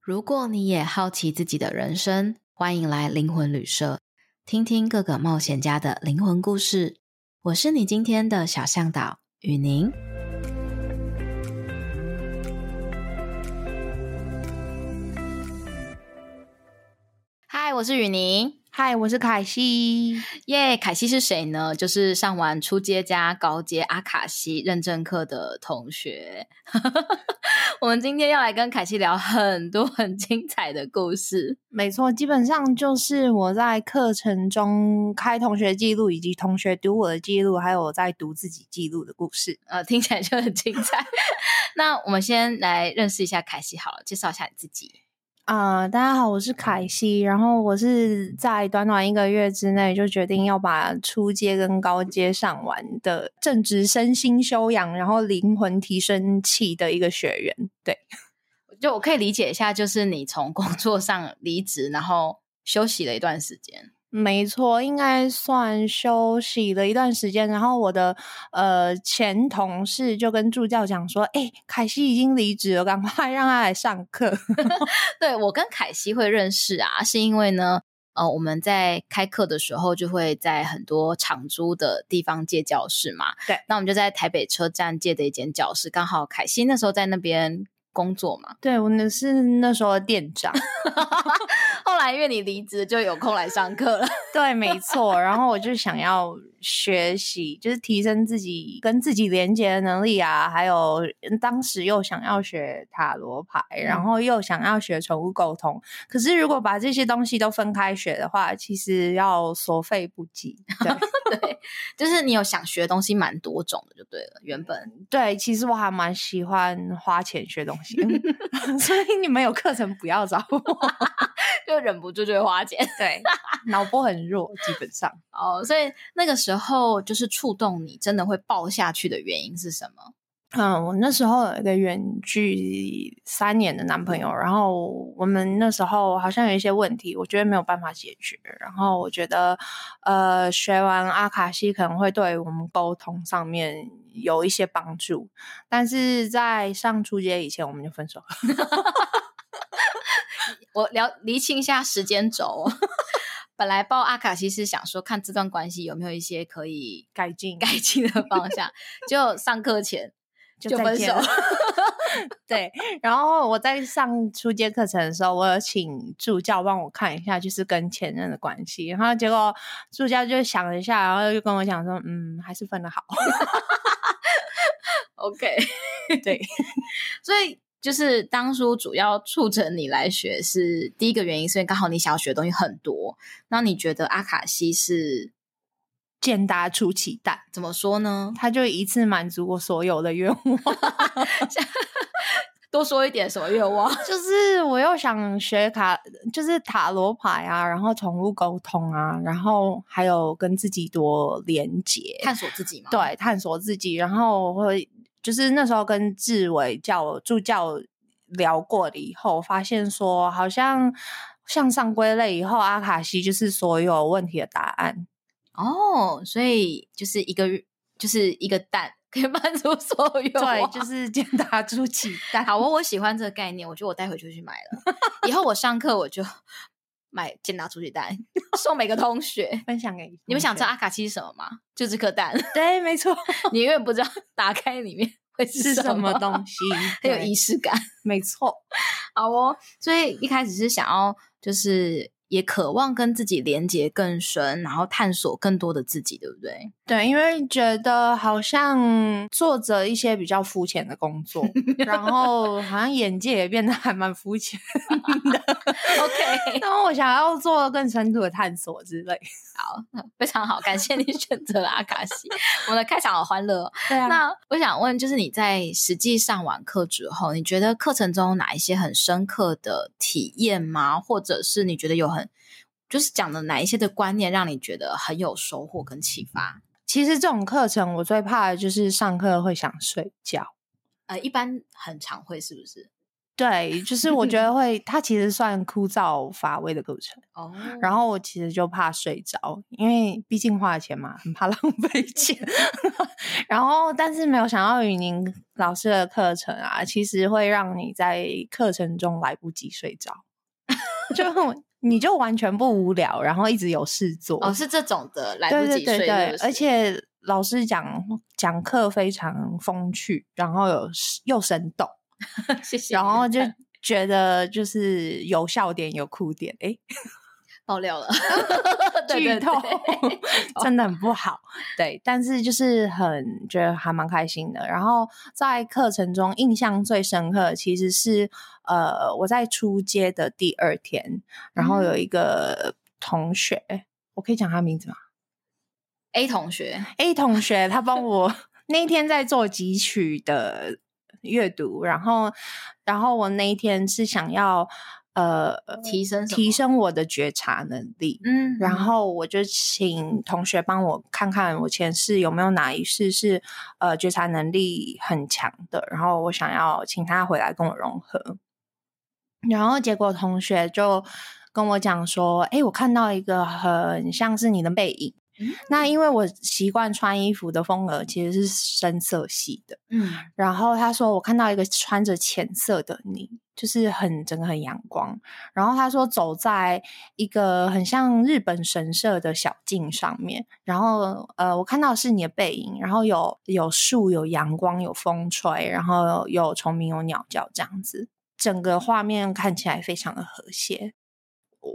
如果你也好奇自己的人生，欢迎来灵魂旅社，听听各个冒险家的灵魂故事。我是你今天的小向导雨宁。嗨，我是雨宁。嗨，我是凯西。耶、凯西是谁呢？就是上完初阶加高阶阿卡西认证课的同学。 我们今天要来跟凯西聊很多很精彩的故事。没错，基本上就是我在课程中开同学记录，以及同学读我的记录，还有我在读自己记录的故事。呃，听起来就很精彩。 那我们先来认识一下凯西好了，介绍一下你自己。啊、大家好，我是凯西。然后我是在短短一个月之内就决定要把初阶跟高阶上完的正值身心修养，然后灵魂提升器的一个学员。对，就我可以理解一下，就是你从工作上离职，然后休息了一段时间。没错，应该算休息了一段时间。然后我的呃前同事就跟助教讲说：“哎、凯西已经离职了，赶快让他来上课。对我跟凯西会认识啊，是因为呢，呃，我们在开课的时候就会在很多场租的地方借教室嘛。对，那我们就在台北车站借的一间教室，刚好凯西那时候在那边工作嘛。 对”我那是那时候的店长。后来因为你离职，就有空来上课了。 对，没错。然后我就想要学习，就是提升自己跟自己连接的能力啊，还有嗯当时又想要学塔罗牌，然嗯后又想要学宠物沟通。可是如果把这些东西都分开学的话，其实要所费不 计。对对，就是你有想学的东西蛮多种的，就对了。原本对，其实我还蛮喜欢花钱学东 西的，所以你们有课程不要找我。 就忍不住就会花钱。对， 脑波很弱，基本上。哦，所以那个时候就是触动你真的会爆下去的原因是什么？嗯，我那时候有一个远距三年的男朋友，然后我们那时候好像有一些问题，我觉得没有办法解决。然后我觉得，呃，学完阿卡西可能会对我们沟通上面有一些帮助，但是在上初阶以前我们就分手了。我聊厘清一下时间轴。 本来报阿卡西是想说看这段关系有没有一些可以 改进改进的方向，结果上课前就再分见手了。 对，然后我在上初阶课程的时候，我有请助教帮我看一下，就是跟前任的关系。然后结果助教就想了一下，然后就跟我讲说，嗯，还是分的好。 OK，对，所以就是当初主要促成你来学是第一个原因，是因为刚好你想要学的东西很多。那你觉得阿卡西是简答出奇蛋，怎么说呢？他就一次满足我所有的愿望。 多说一点什么愿望？就是我又想学卡，就是塔罗牌啊，然后宠物沟通啊，然后还有跟自己多连接， 探索自己吗？对，探索自己。然后我会就是那时候跟志伟教助教聊过了以后，发现说好像向上归类以后，阿卡西就是所有问题的答案。哦，所以就是一个就是一个蛋可以 满足所有愿对望，就是简 答出奇 蛋。好，哦我我喜欢这个概念，我觉得我待会就去买了。以后我上课我就买煎拿出去蛋，送每个同学。分享给你们想知道啊道？阿卡西是什么吗？就这颗蛋， 对，没错，你永远不知道打开里面会是什什么东西，西？很有对仪式感。没错，好哦，所以一开始是想要就是。也渴望跟自己连接更深，然后探索更多的自己，对不对？对，因为觉得好像做着一些比较肤浅的 工作，然后好像眼界也变得还蛮肤浅。 OK，然后我想要做更深度的探索之类。 非常好，感谢你选择了阿卡西。我们的开场好欢乐、哦，对啊，那我想问，就是你在实际上完课之后，你觉得课程中有哪一些很深刻的体验吗？或者是你觉得有很就是讲的哪一些的观念让你觉得很有收获跟启发？其实这种课程我最怕的就是上课会想睡觉。呃，一般很常会是不是？对，就是我觉得 会，它其实算枯燥乏味的课程。哦，然后我其实就怕睡着，因为毕竟花了钱嘛，很怕浪 费钱。然后，但是没有想到雨宁老师的课程啊，其实会让你在课程中来不及睡着， 就很你就完全不无聊，然后一直有事做。哦是这种的，来对不对及睡对对，是不是而且老师讲讲课非常风趣，然后有又生动， 谢谢你的然赞，后就觉得就是有笑点有哭点，诶，爆料了，对 剧对透对真的很不好。对，但是就是很觉得还蛮开心的。然后在课程中印象最深刻的其实是呃我在出街的第二天，然后有一个同学，我可以讲他名字吗 A 同学， ？A 同学他帮我那一天在做汲取的阅读，然后然后我那一天是想要。呃，提升什么提升我的觉察能力，嗯然后我就请同学帮我看看我前世有没有哪一世是呃觉察能力很强的，然后我想要请他回来跟我融合。然后结果同学就跟我讲说：“哎，我看到一个很像是你的背影。嗯那因为我习惯穿衣服的风格其实是深色系的，嗯然后他说我看到一个穿着浅色的你，就是很整个很阳光。然后他说走在一个很像日本神社的小径上面，然后呃，我看到的是你的背影，然后有有树、有阳光、有风吹，然后有虫鸣、有鸟叫这样子，整个画面看起来非常的和谐。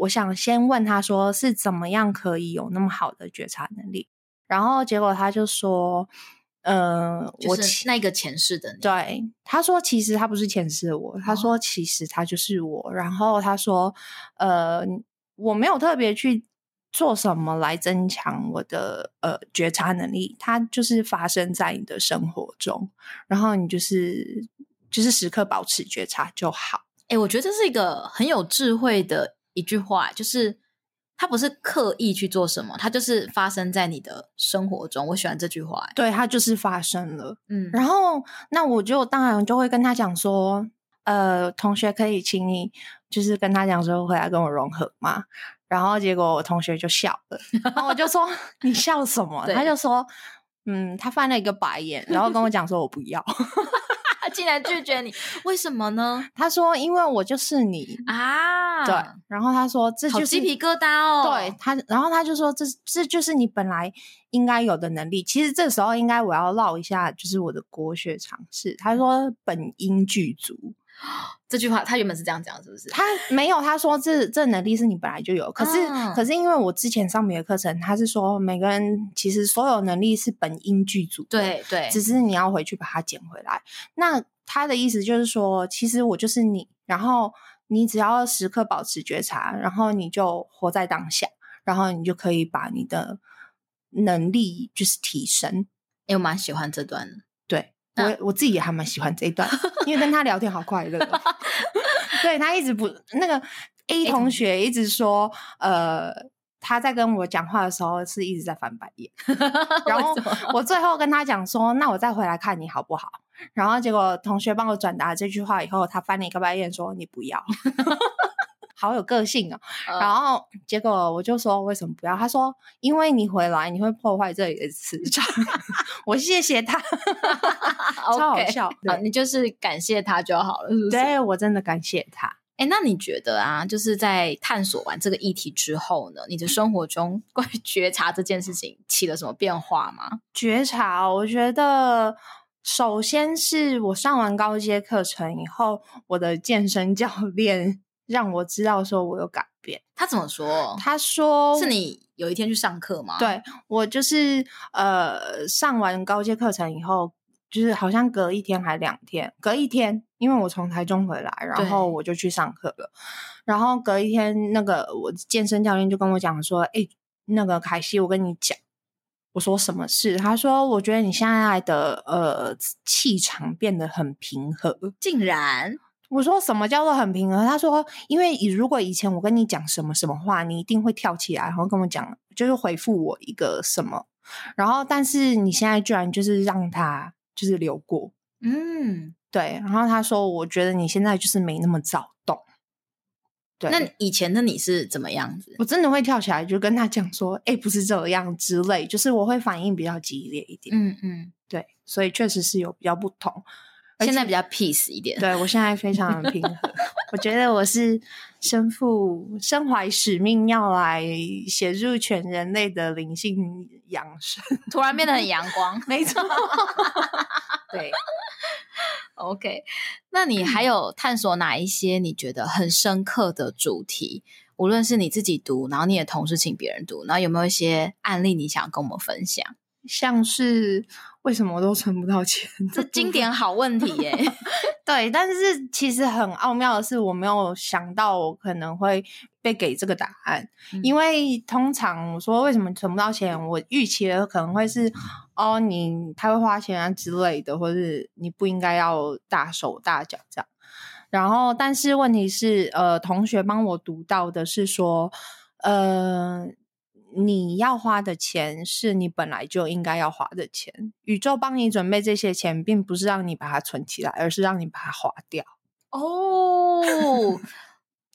我想先问他说是怎么样可以有那么好的觉察能力，然后结果他就说，嗯、呃，就我是其那个前世的你，对，他说其实他不是前世的我，他说其实他就是我。然后他说，呃，我没有特别去做什么来增强我的呃觉察能力，它就是发生在你的生活中，然后你就是就是时刻保持觉察就好。哎、我觉得这是一个很有智慧的一句话，就是他不是刻意去做什么，他就是发生在你的生活中。我喜欢这句话、欸，对，它就是发生了。嗯，然后，那我就当然就会跟他讲说，呃，同学可以请你就是跟他讲说回来跟我融合嘛。然后结果我同学就笑了，然后我 就说你笑什么？对他就说，嗯，他翻了一个白眼，然后跟我讲说我不要。 他 竟然拒绝你，为什么呢？他说因为我就是你，啊，对。然后他说这好就是鸡皮疙瘩哦，对，他，然后他就说这这就是你本来应该有的能力。其实这时候应该我要唠一下，就是我的国学常识。他说本应具足，这句话他原本是这样讲，是不是？他没有，他说这这能力是你本来就有，可是、嗯可是因为我之前上别的课程，他是说每个人其实所有能力是本应具足，，对对，只是你要回去把它捡回来。那他的意思就是说，其实我就是你，然后你只要时刻保持觉察，然后你就活在当下，然后你就可以把你的能力就是提升。哎、我蛮喜欢这段的。对那我我自己也还蛮喜欢这一段，因为跟他聊天好快乐哦、 对他一直不那个 A 同学一直说，呃，他在跟我讲话的时候是一直在翻白 眼，然后为什么我最后跟他讲说，那我再回来看你好不好？然后结果同学帮我转达这句话以后，他翻了一个白眼说：“你 不要，好有个性哦。”然呃后结果我就说为什么不要？他说因为你回来你会破坏这里的磁场。 我谢谢他，超好啊 OK 笑。好，对你就是感谢他就好了，是不是？对我真的感谢他。哎，那你觉得啊，就是在探索完这个议题之后呢，你的生活中 关于觉察这件事情起了什么变化吗？觉察，我觉得首先是我上完高阶课程以后，我的健身教练让我知道说我有改变。他怎么说？他说是你有一天去上课吗？，对我就是呃，上完高阶课程以后，就是好像隔一天还两天，隔一天，因为我从台中回来，然后对我就去上课了。然后隔一天，那个我健身教练就跟我讲说：“哎、那个凯西，我跟你讲。”我说什么事？他说：“我觉得你现在的呃气场变得很平和。”竟然我说什么叫做很平和？他说，因为以如果以前我跟你讲什么什么话，你一定会跳起来，然后跟我讲，就是回复我一个什么，然后但是你现在居然就是让他就是流过，嗯，对，然后他说，我觉得你现在就是没那么躁动。对，那以前的你是怎么样子？我真的会跳起来就跟他讲说，哎、不是这样之类，就是我会反应比较激烈一点。嗯嗯，对，所以确实是有比较不同。而现在且比较 peace 一点。对我现在非常的平和，我觉得我是身负身怀使命，要来协助全人类的灵性养生。 突然变得很阳光。没错，对， OK，那你还有探索哪一些你觉得很深刻的主题？无论是你自己读，然后你也同时请别人读，然后有没有一些案例你想跟我们分享？像是为什么我都存不到钱，这经典好问题 耶、对，但是其实很奥妙的是，我没有想到我可能会被给这个答案，嗯因为通常我说为什么存不到钱，我预期的可能会是哦，你太会花钱啊之类的，或是你不应该要大手大脚这样。然后，但是问题是，呃，同学帮我读到的是说，呃，你要花的钱是你本来就应该要花的钱，宇宙帮你准备这些钱，并不是让你把它存起来，而是让你把它花掉。 哦，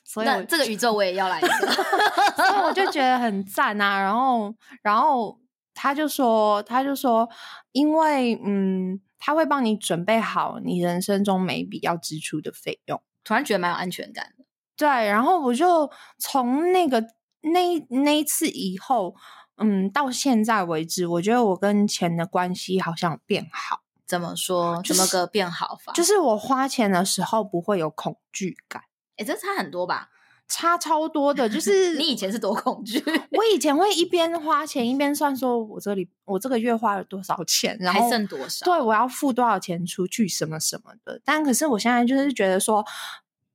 所以那我这个宇宙我也要来一 个。所以我就觉得很赞啊。然后，然后他就说，他就说，因为嗯，他会帮你准备好你人生中每一笔要支出的费用。突然觉得蛮有安全感的。对，然后我就从那个那一那一次以后，嗯，到现在为止，我觉得我跟钱的关系好像有变好，怎么说？就怎么是个变好法？就是是我花钱的时候不会有恐惧感，哎、这差很多吧？差超多的，就是 你以前是多恐惧，我以前会一边花钱一边算，说我这里我这个月花了多少钱，然后还剩多少？对我要付多少钱出去什么什么的。但可是我现在就是觉得说，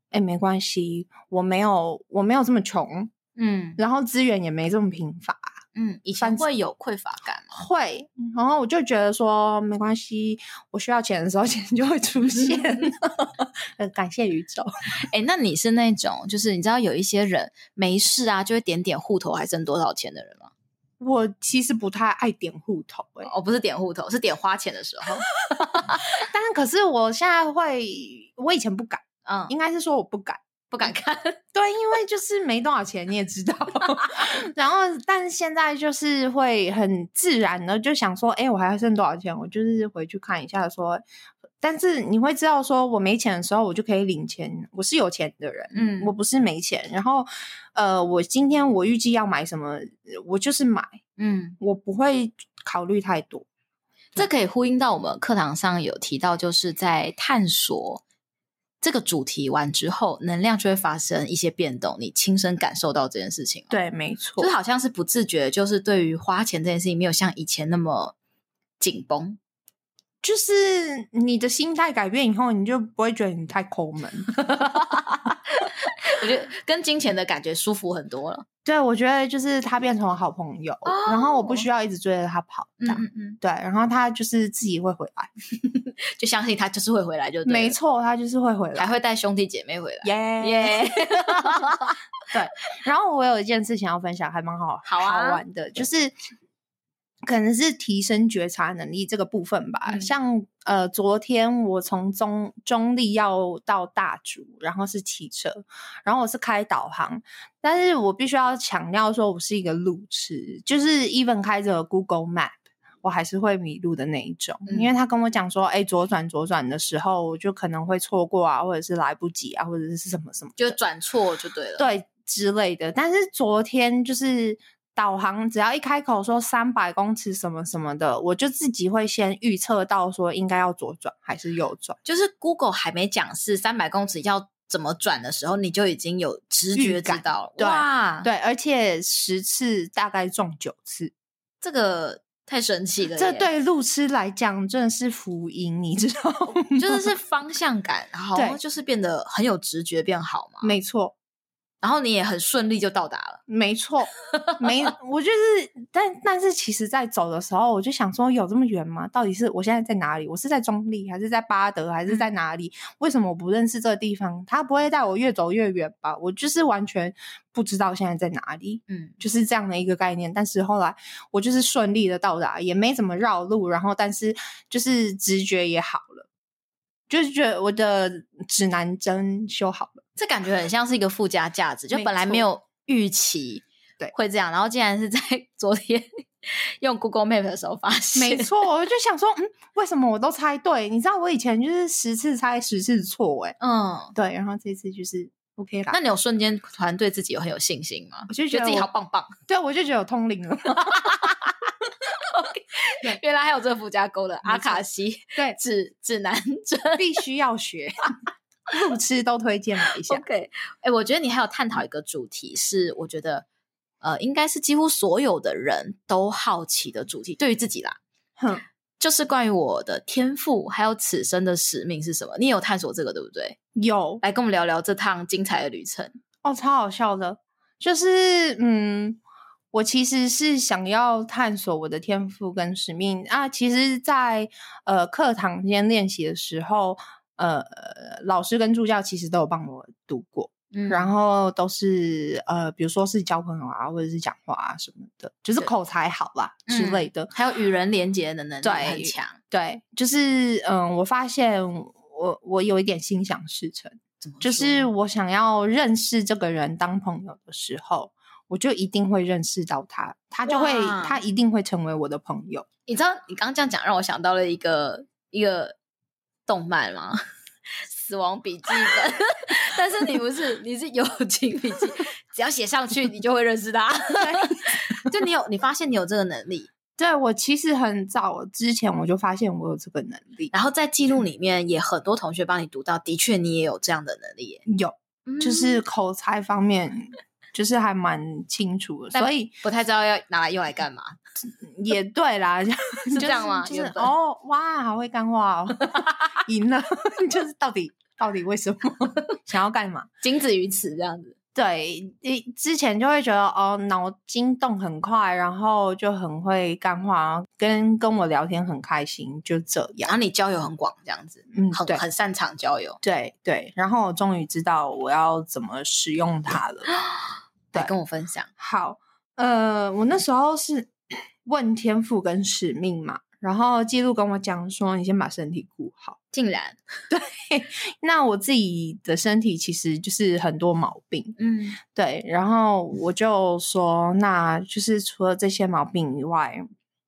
哎，没关系，我没有我没有这么穷， 嗯然后资源也没这么贫乏，嗯，以前反会有匮乏感啊吗？会。嗯然后我就觉得说，没关系，我需要钱的时候 钱就会出现。 呃，感谢宇宙。哎、那你是那种就是你知道有一些人没事啊，就会点点户头还剩多少钱的人吗？我其实不太爱点户头、欸，哦，不是点户头，是点花钱的时候。但可是我现在会，我以前不敢，嗯，应该是说我不敢。不敢看。对，因为就是没多少钱，你也知道。 然后，但是现在就是会很自然的就想说，哎、我还剩多少钱？我就是回去看一下说。但是你会知道，说我没钱的时候，我就可以领钱。我是有钱的人， 嗯我不是没钱。然后，呃，我今天我预计要买什么，我就是买，嗯，我不会考虑太多。这可以呼应到我们课堂上有提到，就是在探索这个主题完之后，能量就会发生一些变动，你亲身感受到这件事情。，对，没错就是好像是不自觉，就是对于花钱这件事情没有像以前那么紧绷。就是你的心态改变以后，你就不会觉得你太抠门。 我觉得跟金钱的感觉舒服很多了。对，我觉得就是他变成了好朋友，然后我不需要一直追着他跑。这样哦嗯嗯，对，然后他就是自己会回来，就相信他就是会回来就对了没，错，他就是会回还来，会带兄弟姐妹回来。耶耶、哎然后我有一件事情要分享，还蛮好好啊好玩的，就是可能是提升觉察能力这个部分吧。嗯像呃，昨天我从中中立要到大竹，然后是骑车，然后我是开导航，但是我必须要强调说，我是一个路痴，就是 even 开着 Google Map。我还是会迷路的那一种，嗯因为他跟我讲说，哎、左转左转的时候，我就可能会错过啊，或者是来不及啊，或者是什么什么 的，就转错就对了。，对之类的。但是昨天就是导航，只要一开口说三百公尺什么什么的，我就自己会先预测到说应该要左转还是右转。就是 Google 还没讲是三百公尺要怎么转的时候，你就已经有直觉预知感道了。对哇，，对，而且十次大概中九次，这个太神奇了耶！这对路痴来讲真的是福音，你知道吗？ 就是是方向感，然后对就是变得很有直觉变好嘛，没错。然后你也很顺利就到达了。没错，没，我就是，但但是其实，在走的时候，我就想说，有这么远吗？到底是我现在在哪里？我是在中立，还是在巴德，还是在哪里？为什么我不认识这个地方？他不会带我越走越远吧？我就是完全不知道现在在哪里，嗯，就是这样的一个概念。但是后来，我就是顺利的到达，也没怎么绕路，然后但是就是直觉也好了。就是觉得我的指南针修好了。这感觉很像是一个附加价值，就没本来没错有预期对会这样，然后竟然是在 昨天用 Google Map 的时候发现，没错，我就想说，嗯，为什么我都猜对？你知道我以前就是十次猜十次错、欸，哎，嗯，对，然后这次就是 OK 啦。那你有瞬间团队自己有很有信心吗？我就觉觉得得自己我好棒棒， 对，我就觉得有通灵了。 原来还有这个附加勾的阿卡西对，指指南针。必须要学， 路痴都推荐了一下。 OK，哎、我觉得你还有探讨一个主题是，我觉得呃，应该是几乎所有的人都好奇的主题，对于自己啦，哼，就是关于我的天赋还有此生的使命是什么。你也有探索这个对不对？有来跟我们聊聊这趟精彩的旅程。哦，超好笑的，就是嗯，我其实是想要探索我的天赋跟使命啊。其实在，呃课堂间练习的时候，呃，老师跟助教其实都有帮我读过，嗯然后都是呃，比如说是交朋友啊，或者是讲话啊什么的，就是对口才好啦之嗯类的。还有与人连接的能力对很强，对，就是嗯，我发现我我有一点心想事成。怎么就说是我想要认识这个人当朋友的时候，我就一定会认识到他，他就会哇他一定会成为我的朋友。你知道你刚刚这样讲，让我想到了一个一个动漫吗？ 死亡笔记本， 但是你不是，你是友情笔记，只要写上去，你就会认识他。 就你有，你发现你有这个能力，对我其实很早之前我就发现我有这个能力，然后在记录里面也很多同学帮你读到，的确你也有这样的能力耶，有嗯就是口才方面。就是还蛮清楚的，但所以不太知道要拿来用来干嘛。也对啦， 就是这样吗就是原本哦，哇，好会干话哦， 赢了， 就是到底到底为什么 想要干嘛？仅止于此，这样子。对，一之前就会觉得哦，脑筋动很快，然后就很会干话，跟跟我聊天很开心，就这然样。后你交友很广，这样子，嗯，很对很擅长交友。对对。然后我终于知道我要怎么使用它了。来对跟我分享，好，呃，我那时候是问天赋跟使命嘛，然后记录跟我讲说，你先把身体顾好。竟然，那我自己的身体其实就是很多毛病，嗯，对，然后我就说，那就是除了这些毛病以外，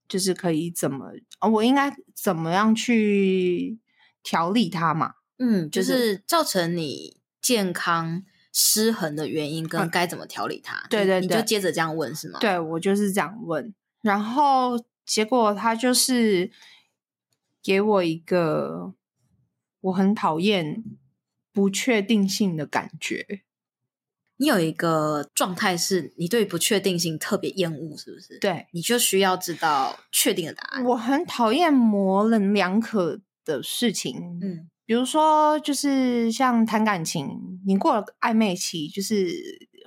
就是可以怎么，呃我应该怎么样去调理它嘛？嗯，就就是是造成你健康失衡的原因跟嗯该怎么调理它。对你对你就对接着这样问是吗？，对我就是这样问，然后结果他就是给我一个我很讨厌不确定性的感觉。你有一个状态是你对不确定性特别厌恶，是不是？，对你就需要知道确定的答案。我很讨厌模棱两可的事情，嗯，比如说，就是像谈感情，你过了暧昧期，就是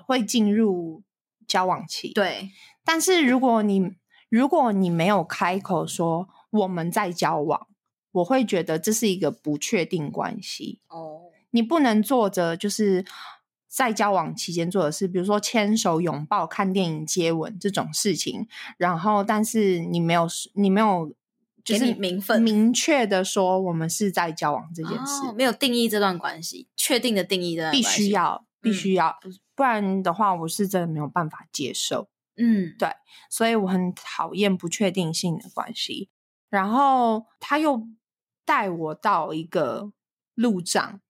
会进入交往期。，对，但是如果你如果你没有开口说我们在交往，我会觉得这是一个不确定关系。哦，你不能做着就是在交往期间做的事，比如说牵手、拥抱、看电影、接吻这种事情，然后但是你没有你没有。就给是你名分明确的说，我们是在交往这件事，哦没有定义这段关系，确定的定义这段必关须系，要，嗯必须要，不然的话，我是真的没有办法接受。嗯，所以我很讨厌不确定性的关系。然后他又带我到一个路障，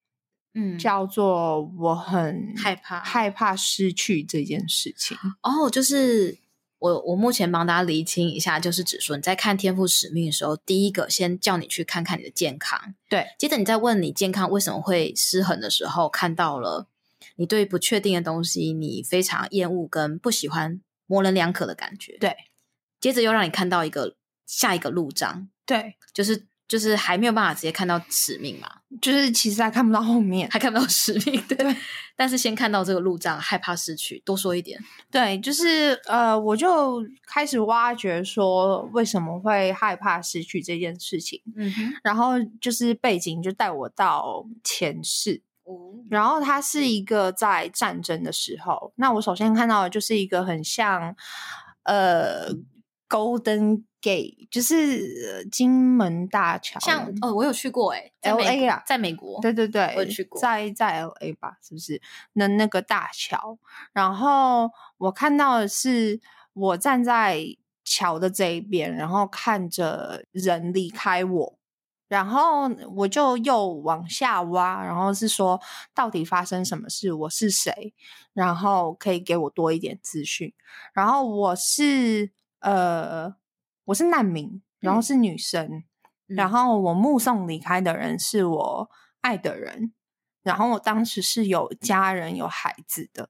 嗯，叫做我很害怕害怕失去这件事情。哦，就是我我目前帮大家厘清一下，就是指说你在看《天赋使命》的时候，第一个先叫你去看看你的健康，对，接着你在问你健康为什么会失衡的时候，看到了你对不确定的东西，你非常厌恶跟不喜欢模棱两可的感觉，对，接着又让你看到一个下一个路障，对，就是。就是还没有办法直接看到使命嘛，就是其实还看不到后面。还看不到使命，对。对但是先看到这个路障，害怕失去，多说一点。对，就是呃，我就开始挖掘说为什么会害怕失去这件事情，嗯哼，然后就是背景就带我到前世。嗯然后它是一个在战争的时候，那我首先看到的就是一个很像，呃， Golden Gate，就是呃金门大桥，像哦，我有去过哎、在美 LA 啦在美国，啊对对对，我有去过在在 L A 吧，是不是？那那个大桥，然后我看到的是我站在桥的这一边，然后看着人离开我，然后我就又往下挖，然后是说到底发生什么事，我是谁，然后可以给我多一点资讯。然后我是呃，我是难民，然后嗯是女生。然嗯后我目送离开的人是我爱的人，然后我当时是有家人有孩子的，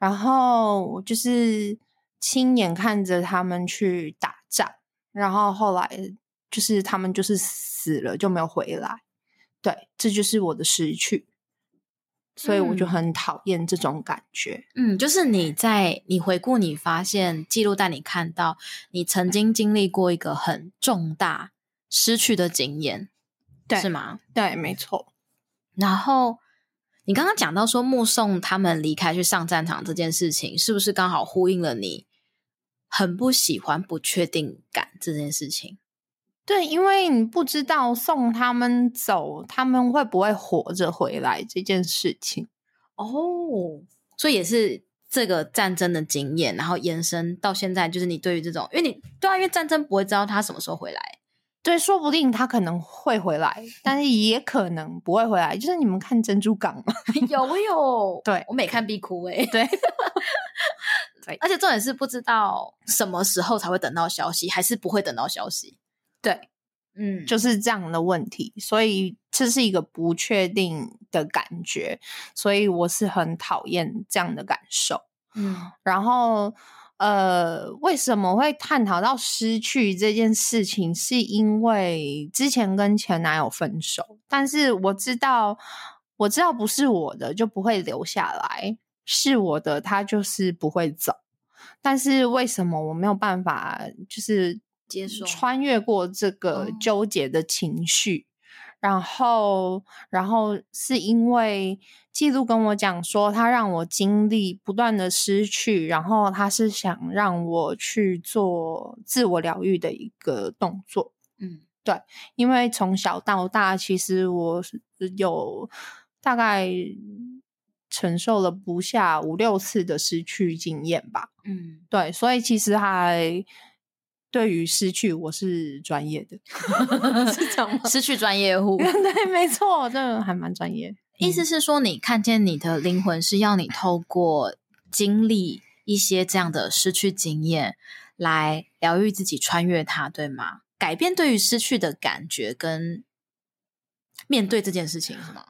然后我就是亲眼看着他们去打仗，然后后来就是他们就是死了就没有回来，对，这就是我的失去，所以我就嗯很讨厌这种感觉，嗯，就是你在你回顾，你发现记录带你看到你曾经经历过一个很重大失去的经验，对是吗？对，没错，然后你刚刚讲到说目送他们离开去上战场这件事情，是不是刚好呼应了你很不喜欢不确定感这件事情？对，因为你不知道送他们走，他们会不会活着回来这件事情。哦，所以也是这个战争的经验，然后延伸到现在，就是你对于这种，因为你对啊，因为战争不会知道他什么时候回来，对，说不定他可能会回来，但是也可能不会回来。就是你们看《珍珠港》嘛， 有我 有，对我每看必哭哎、对，而且重点是不知道什么时候才会等到消息，还是不会等到消息。对，嗯，就是这样的问题。所以这是一个不确定的感觉，所以我是很讨厌这样的感受。嗯然后，呃，为什么会探讨到失去这件事情？是因为之前跟前男友分手，但是我知道，我知道不是我的就不会留下来，是我的他就是不会走。但是为什么我没有办法就是接受穿越过这个哦纠结的情绪？然后，然后是因为记录跟我讲说，他让我经历不断的失去，然后他是想让我去做自我疗愈的一个动作。嗯因为从小到大，其实我是有大概承受了不下五六次的失去经验吧。嗯，对，所以其实还对于失去，我是专业的， 是这样吗？ 失去专业 户， 对，没错，真的还蛮专业。意思是说，你看见你的灵魂是要你透过经历一些这样的失去经验来疗愈自己，穿越它，对吗？改变对于失去的感觉跟面对这件事情，是吗？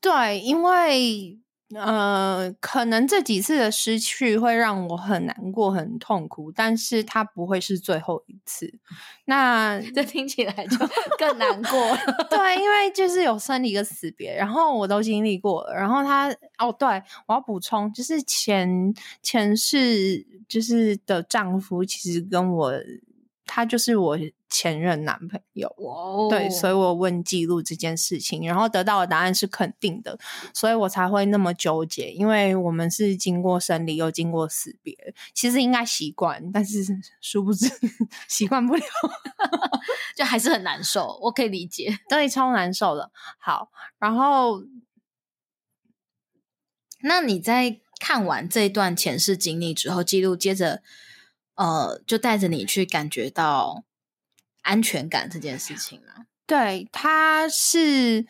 对，因为呃，可能这几次的失去会让我很难过、很痛苦，但是它不会是最后一次。那 这听起来就更难过 了。 对，因为就是有生离跟死别，然后我都经历过了。然后他哦，对，我要补充，就是前前世就是的丈夫，其实跟我他就是我前任男朋友。哇哦对，所以我问记录这件事情，然后得到的答案是肯定的，所以我才会那么纠结，因为我们是经过生离又经过死别，其实应该习惯，但是 殊不知习惯不了，就还是很难受，我可以理解。对，超难受的。好，然后那你在看完这一段前世经历之后，记录接着，呃，就带着你去感觉到安全感这件事情吗？对，他是，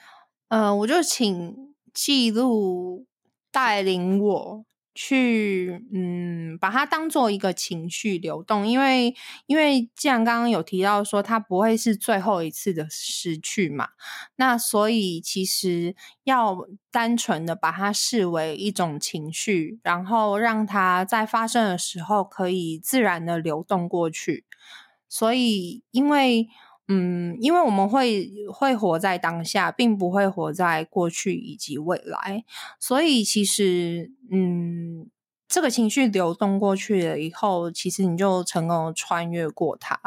呃，我就请记录带领我去，嗯，把它当做一个情绪流动，因为，因为既然刚刚有提到说它不会是最后一次的失去嘛，那所以其实要单纯的把它视为一种情绪，然后让它在发生的时候可以自然的流动过去，所以，因为嗯，因为我们会会活在当下，并不会活在过去以及未来，所以其实嗯，这个情绪流动过去了以后，其实你就成功地穿越过它，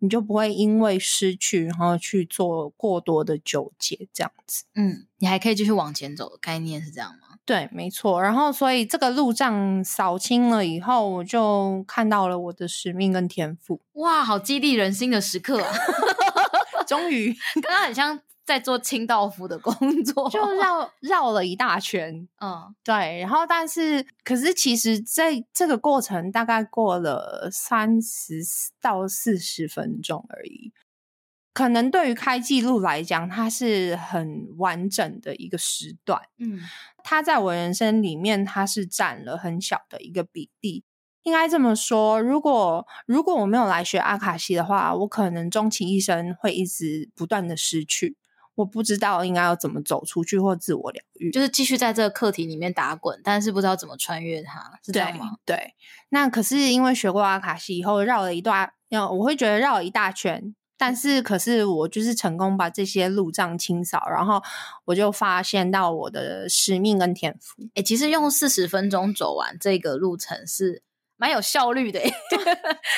你就不会因为失去然后去做过多的纠结，这样子。嗯，你还可以继续往前走，概念是这样吗？对，没错。然后，所以这个路障扫清了以后，我就看到了我的使命跟天赋。哇，好激励人心的时刻啊！终于刚刚很像在做清道夫的工作，就绕绕了一大圈，嗯对。然后，但是，可是其实在这个过程大概过了三十到四十分钟而已。可能对于开记录来讲，它是很完整的一个时段。嗯它在我人生里面，它是占了很小的一个比例。应该这么说，如果如果我没有来学阿卡西的话，我可能终其一生会一直不断的失去，我不知道应该要怎么走出去或自我疗愈。就是继续在这个课题里面打滚，但是不知道怎么穿越它，是这样对吗？对，那可是因为学过阿卡西以后，绕了一段，要我会觉得绕了一大圈。但是，可是我就是成功把这些路障清扫，然后我就发现到我的使命跟天赋。哎、其实用四十分钟走完这个路程是蛮有效率的、欸，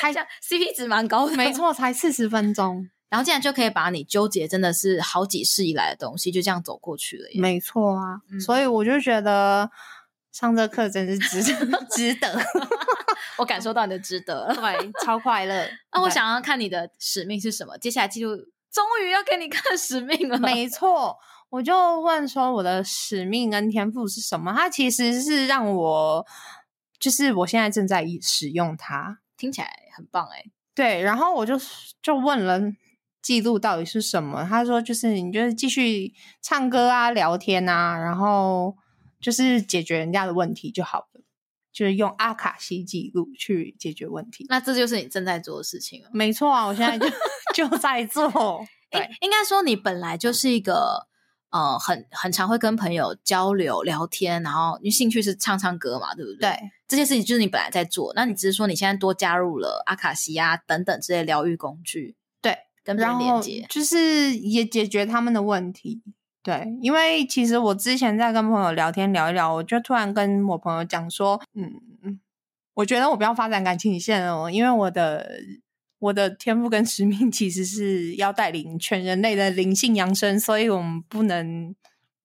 还 像 CP 值蛮高的，没。错，才四十分钟。然后竟然就可以把你纠结真的是好几世以来的东西，就这样走过去了耶。 没错啊，嗯所以我就觉得上这课真是值 值得，我感受到你的值得了。对，超快乐。那我对，想要看你的使命是什么？接下来记录，终于要给你看使命了。 没错，我就问说我的使命跟天赋是什么？它其实是让我，就是我现在正在使用它。听起来很棒哎、对，然后我就就问了。记录到底是什么？他说就是你就是继续唱歌啊、聊天啊，然后就是解决人家的问题就好了，就是用阿卡西记录去解决问题。那这就是你正在做的事情了。没错啊，我现在就 就在做。应对，应该说你本来就是一个呃，很很常会跟朋友交流聊天，然后你兴趣是唱唱歌嘛，对不对？，对，这些事情就是你本来在做，那你只是说你现在多加入了阿卡西啊等等之类的疗愈工具，对，跟别然人连后接。就是也解决他们的问题。对，因为其实我之前在跟朋友聊天聊一聊，我就突然跟我朋友讲说，嗯，我觉得我不要发展感情线哦，因为我的我的天赋跟使命其实是要带领全人类的灵性扬升，所以我们不能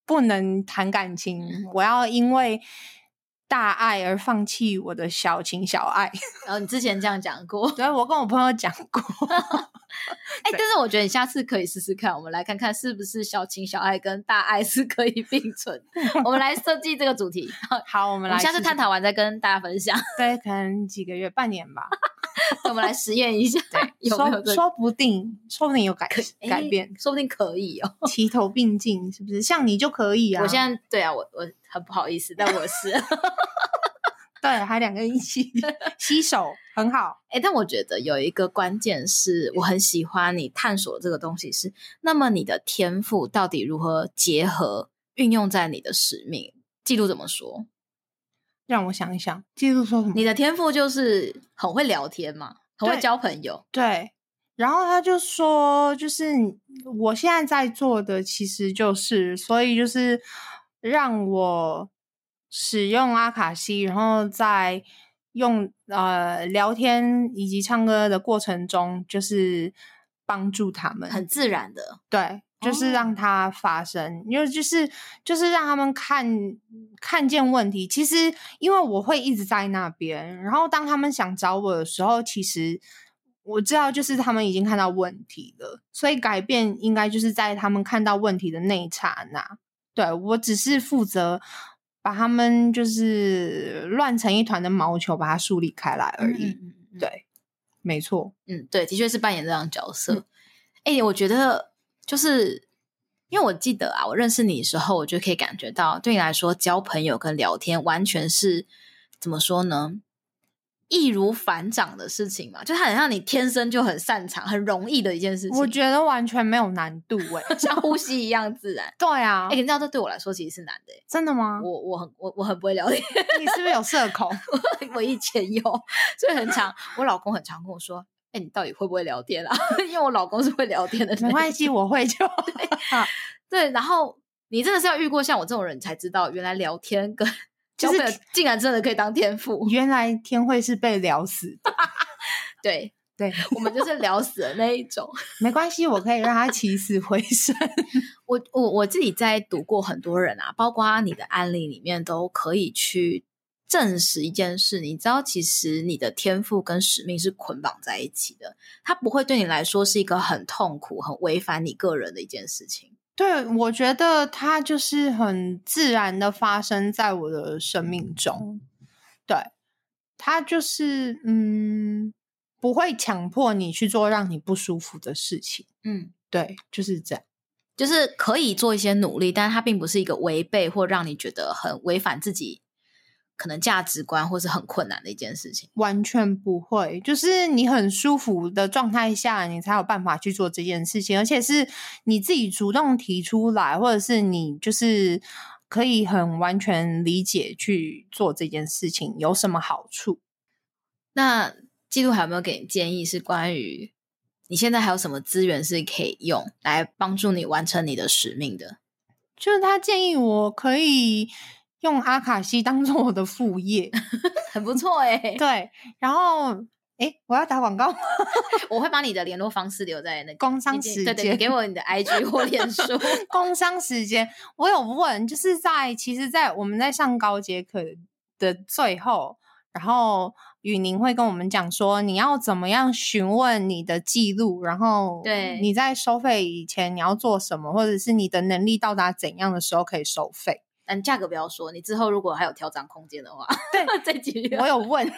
不能谈感情，嗯我要因为大爱而放弃我的小情小爱。 然后你之前这样讲过，对，我跟我朋友讲过， 哎、但是我觉得你下次可以试试看，我们来看看是不是小情小爱跟大爱是可以并存。我们来设计这个主题，好，我我们来们下次试试探讨完再跟大家分享。对，可能几个月、半年 吧，我们来实验一下，有没有这个说说不定，说不定有改诶 改变，哎说不定可以哦。齐头并进，是不是？像你就可以啊，我现在对啊，我我很不好意思，但我是 对，还两个人一起 洗手，很好，哎、但我觉得有一个关键是我很喜欢你探索这个东西是，那么你的天赋到底如何结合运用在你的使命？记录怎么说？让我想一想，记录说什么？你的天赋就是很会聊天嘛，很会对交朋友。对，然后他就说，就是我现在在做的，其实就是，所以就是让我使用阿卡西，然后在用呃聊天以及唱歌的过程中，就是帮助他们，很自然的，对，就是哦让它发生，因为就是就是让他们看看见问题。其实因为我会一直在那边，然后当他们想找我的时候，其实我知道就是他们已经看到问题了，所以改变应该就是在他们看到问题的那一刹那。对我只是负责。把他们就是乱成一团的毛球，把它梳理开来而已。嗯嗯对没错，嗯，对，的确是扮演这样的角色。哎、我觉得就是因为我记得啊，我认识你的时候，我就可以感觉到，对你来说，交朋友跟聊天完全是怎么说呢？易如反掌的事情嘛，就它很像你天生就很擅长、很容易的一件事情，我觉得完全没有难度诶、 像呼吸一样自 然。对啊，哎、你知道这对我来说其实是难的、欸，真的吗？我我很我我很不会聊天，你是不是有社恐？ 我以前有，所以很常，我老公很常跟我说：“哎、你到底会不会聊天啊？”因为我老公是会聊天的人，没关系，我会就 好。对，然后你真的是要遇过像我这种人，你才知道原来聊天跟 就是小北竟然真的可以当天赋，原来天慧是被聊死的，对对，我们就是聊死的那一种。没关系，我可以让他起死回生。 我我我自己在读过很多人啊，包括你的案例里面，都可以去证实一件事。你知道，其实你的天赋跟使命是捆绑在一起的，它不会对你来说是一个很痛苦、很违反你个人的一件事情。对，我觉得它就是很自然的发生在我的生命中。对，它就是嗯，不会强迫你去做让你不舒服的事情。嗯，对，就是这样。就是可以做一些努力，但它并不是一个违背或让你觉得很违反自己可能价值观或是很困难的一件事情。完全不会，就是你很舒服的状态下，你才有办法去做这件事情，而且是你自己主动提出来，或者是你就是可以很完全理解去做这件事情有什么好处。那记录还有没有给你建议？是关于你现在还有什么资源是可以用来帮助你完成你的使命的？ 就是他建议我可以用阿卡西当做我的副业， 很不错哎、对，然后。诶，我要打广告吗， 我会把你的联络方式留在那个工商你给时对对，间你给我你的 IG 或 脸书。工商时间。我有问，就是在其实，在我们在上高阶课的最后，然后雨宁会跟我们讲说，你要怎么样询问你的记录，然后对你在收费以前你要做什么，或者是你的能力到达怎样的时候可以收费。但价格不要说，你之后如果还有调整空间的话，对，这集我有问，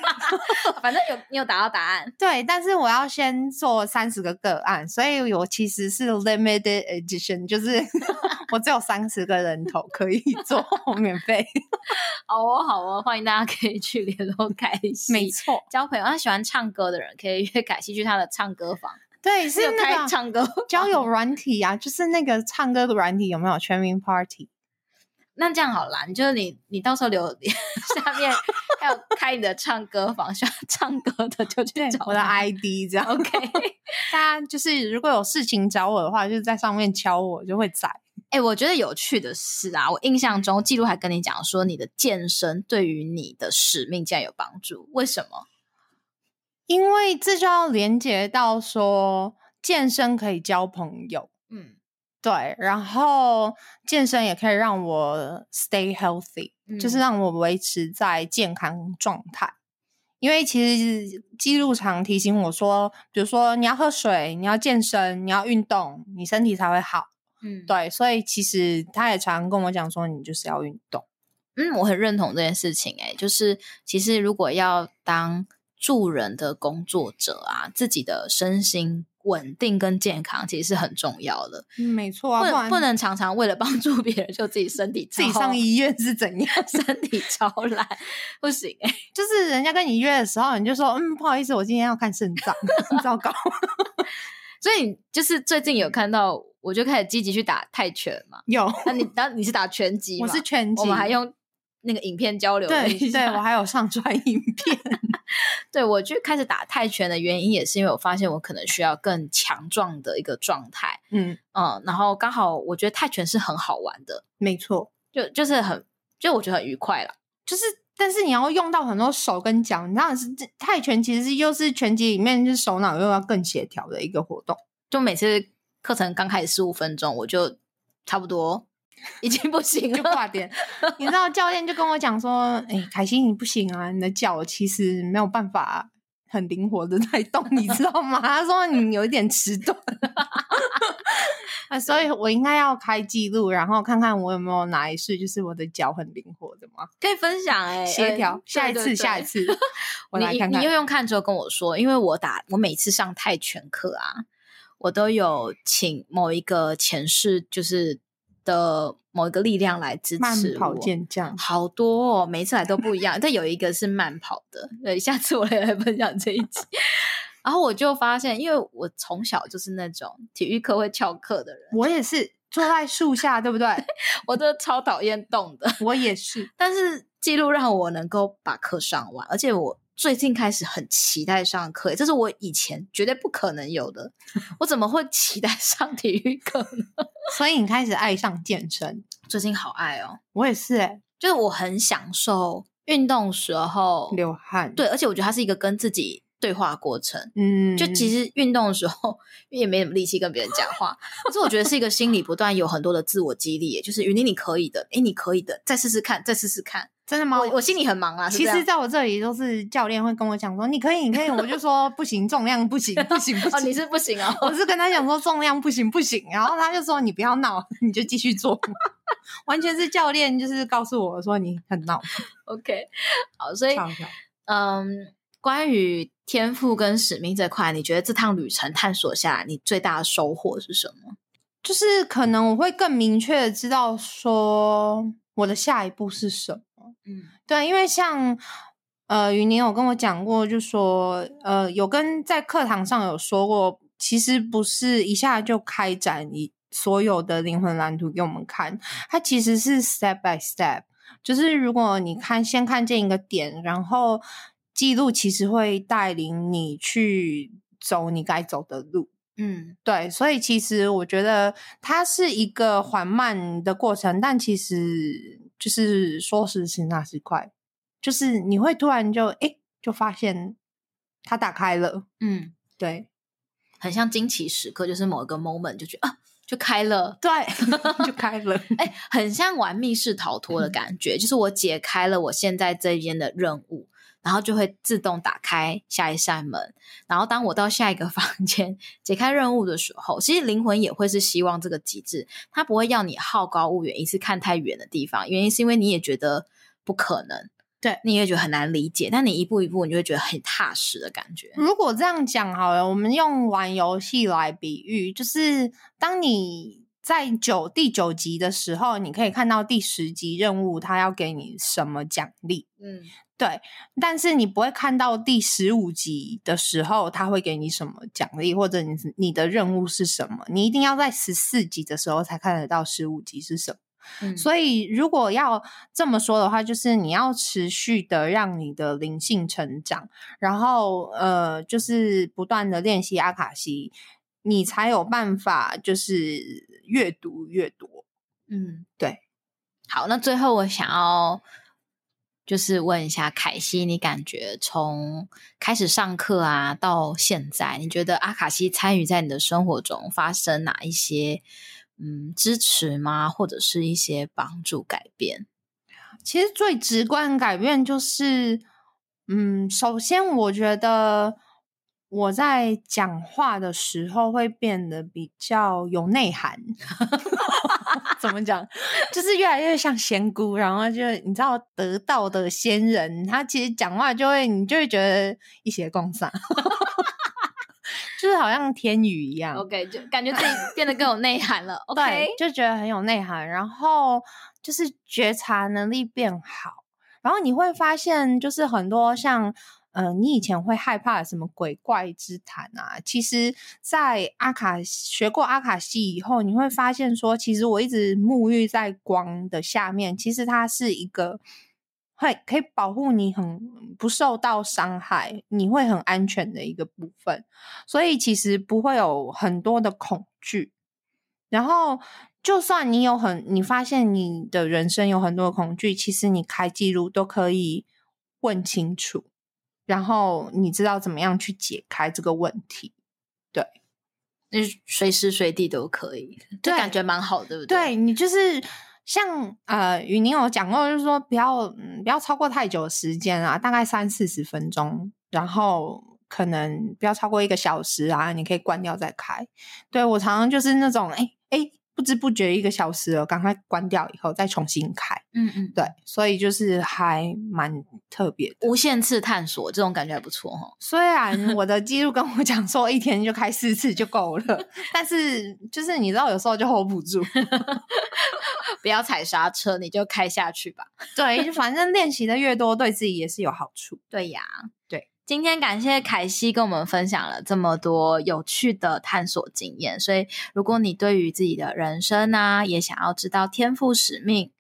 反正有你有达到答案。对，但是我要先做三十个个案，所以我其实是 limited edition，就是 我只有三十个人头可以做 免费，好哦，好哦，欢迎大家可以去联络凯西，没错，交朋友。他喜欢唱歌的人可以约凯西去他的唱歌房，对，是有那开个啊唱歌交房友软体啊，就是那个唱歌的软体有没有全民 Party？那这样好啦，你就是你，你到时候留 下面还有开你的唱歌房，喜欢唱歌的就去找我的你 ID 这样， OK， 大家就是如果有事情找我的话，就是在上面敲我，就会在。哎、我觉得有趣的是啊，我印象中记录还跟你讲说，你的健身对于你的使命竟然有帮助，为什么？因为这就要连接到说健身可以交朋友，嗯，对，然后健身也可以让我 stay healthy，、就嗯是让我维持在健康状态。因为其实记录常提醒我说，比如说你要喝水，你要健身，你要运动，你身体才会好。嗯，对，对，所以其实他也常跟我讲说，你就是要运动。嗯，我很认同这件事情、欸。就是其实如果要当助人的工作者啊，自己的身心稳定跟健康其实是很重要的。嗯，没错啊不不能然不能常常为了帮助别人，就自己身体自己超上医院是怎样？ 身体超烂，不行、欸。就是人家跟你约的时候，你就说，嗯，不好意思，我今天要看肾脏， 糟糕。所以你就是最近有看到，我就开始积极去打泰拳嘛。有，那你那你是打拳击我嘛？是拳击，我们还用那个影片交流了对一对，我下。还有上传影片。对，我去开始打泰拳的原因也是因为我发现我可能需要更强壮的一个状态。嗯， 嗯，然后刚好我觉得泰拳是很好玩的，没错，就就是很就我觉得很愉快啦。就是。但是你要用到很多手跟脚，你知道是这泰拳其实又是拳击里面就是手脑又要更协调的一个活动。就每次课程刚开始十五分钟，我就差不多已经不行就了。挂点。你知道教练就跟我讲说：“哎、凯西，你不行啊，你的脚其实没有办法很灵活的在动，你知道吗？”他说你有一点迟钝。 啊，所以我应该要开记录，然后看看我有没有哪一次就是我的脚很灵活的嘛，可以分享哎、协调嗯。下一对次，对下一对次 我来你看你看又。用看之后跟我说，因为我打我每次上泰拳课啊，我都有请某一个前世就是的某一个力量来支慢持跑我。健将，好多哦，每一次来都不一样，但有一个是慢跑的，对，下次我也来分享这一集。 然后我就发现，因为我从小就是那种体育课会翘课的人，我也是坐在树下，对不对？我真的超讨厌动的。 我也是，但是记录让我能够把课上完，而且我最近开始很期待上课，这是我以前绝对不可能有的。我怎么会期待上体育课呢？ 所以你开始爱上健身，最近好爱哦，我也是、欸，就是我很享受运动时候流汗，，对，而且我觉得它是一个跟自己对话的过程。嗯，就其实运动的时候，因为也没什么力气跟别人讲话，可是我觉得是一个心理不断有很多的自我激励，就是云林你可以的，诶，你可以的，再试试看，再试试看。真的吗？我我心里很忙啊啦，是哦其这样实，在我这里都是教练会跟我讲说，你可以，你可以，我就说不行，重量不行，不行，不行。哦，你是不行哦，我是跟他讲说重量不行，不行，然后他就说你不要闹，你就继续做。完全是教练就是告诉我说你很闹， OK，好，所以笑一笑嗯，关于天赋跟使命这块，你觉得这趟旅程探索下来，你最大的收获是什么？就是可能我会更明确的知道说我的下一步是什么。嗯对，因为像呃，云宁有跟我讲过，就说呃，有跟在课堂上有说过，其实不是一下就开展一所有的灵魂蓝图给我们看，它其实是 step by step，就是如果你看先看见一个点，然后记录其实会带领你去走你该走的路。嗯对，所以其实我觉得它是一个缓慢的过程，但其实就是说时迟那时快，就是你会突然就诶就发现它打开了，嗯，对很像惊奇时刻，就是某一个 moment 就觉得啊，就开了。 对，就开了，哎、很像玩密室逃脱的感觉，就是我解开了我现在这边的任务，然后就会自动打开下一扇门。然后当我到下一个房间解开任务的时候，其实灵魂也会是希望这个机制，它不会要你好高骛远，一次看太远的地方。原因是因为你也觉得不可能，对你也觉得很难理解，但你一步一步，你就会觉得很踏实的感觉。如果这样讲好了，我们用玩游戏来比喻，就是当你在九第九集的时候，你可以看到第十集任务它要给你什么奖励，嗯但是你不会看到第十五集的时候，他会给你什么奖励，或者你是你的任务是什么？你一定要在十四集的时候才看得到十五集是什么。嗯，所以，如果要这么说的话，就是你要持续的让你的灵性成长，然后呃，就是不断的练习阿卡西，你才有办法就是越读越多。嗯，对。好，那最后我想要就是问一下凯西，你感觉从开始上课啊到现在，你觉得阿卡西参与在你的生活中发生哪一些嗯支持吗？或者是一些帮助改变？其实最直观的改变就是，嗯，首先我觉得我在讲话的时候会变得比较有内涵。 怎么讲？就是越来越像仙姑，然后就你知道得道的仙人，他其实讲话就会，你就会觉得一些共赏， 就是好像天语一样。 OK，就感觉自己变得更有内涵 了。对，就觉得很有内涵，然后就是觉察能力变好，然后你会发现，就是很多像。呃，你以前会害怕的什么鬼怪之谈啊？其实，在阿卡学过阿卡西以后，你会发现说，其实我一直沐浴在光的下面，其实它是一个会可以保护你很不受到伤害，你会很安全的一个部分。所以其实不会有很多的恐惧。然后，就算你有很，你发现你的人生有很多的恐惧，其实你开记录都可以问清楚，然后你知道怎么样去解开这个问题。就是随时随地都可以，就对感觉蛮好，对不对对？你就是像呃，雨宁有讲过，就是说不要、嗯、不要超过太久的时间啊，大概三四十分钟，然后可能不要超过一个小时啊，你可以关掉再开。对我常常就是那种哎哎。诶不知不觉一个小时了，赶快关掉以后再重新开。嗯嗯，对，所以就是还蛮特别的。无限次探索这种感觉还不错哦。虽然我的记录跟我讲说一天就开四次就够了， 但是就是你知道有时候就 hold 不住。 不要踩刹车，你就开下去吧。对，就反正练习的越多，对自己也是有好处。对呀，对。今天感谢凯西跟我们分享了这么多有趣的探索经验，所以如果你对于自己的人生呢、也想要知道天赋使命，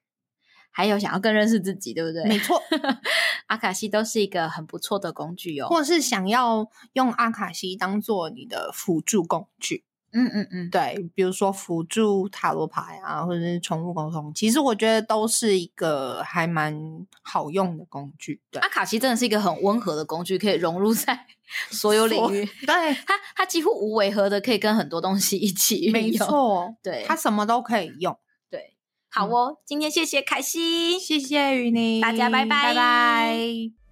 还有想要更认识自己，对不没对？错， 阿卡西都是一个很不错的工具哟、或是想要用阿卡西当做你的辅助工具，嗯嗯嗯，对，比如说辅助塔罗牌啊，或者是宠物沟通，其实我觉得都是一个还蛮好用的工具。对，阿卡西真的是一个很温和的工具，可以融入 在所 有领域。对，它它几乎无违和的，可以跟很多东西一起运没用。错，嗯对它什么都可以用。对，好哦，今天谢谢凯西，谢谢于你，大家拜拜拜拜。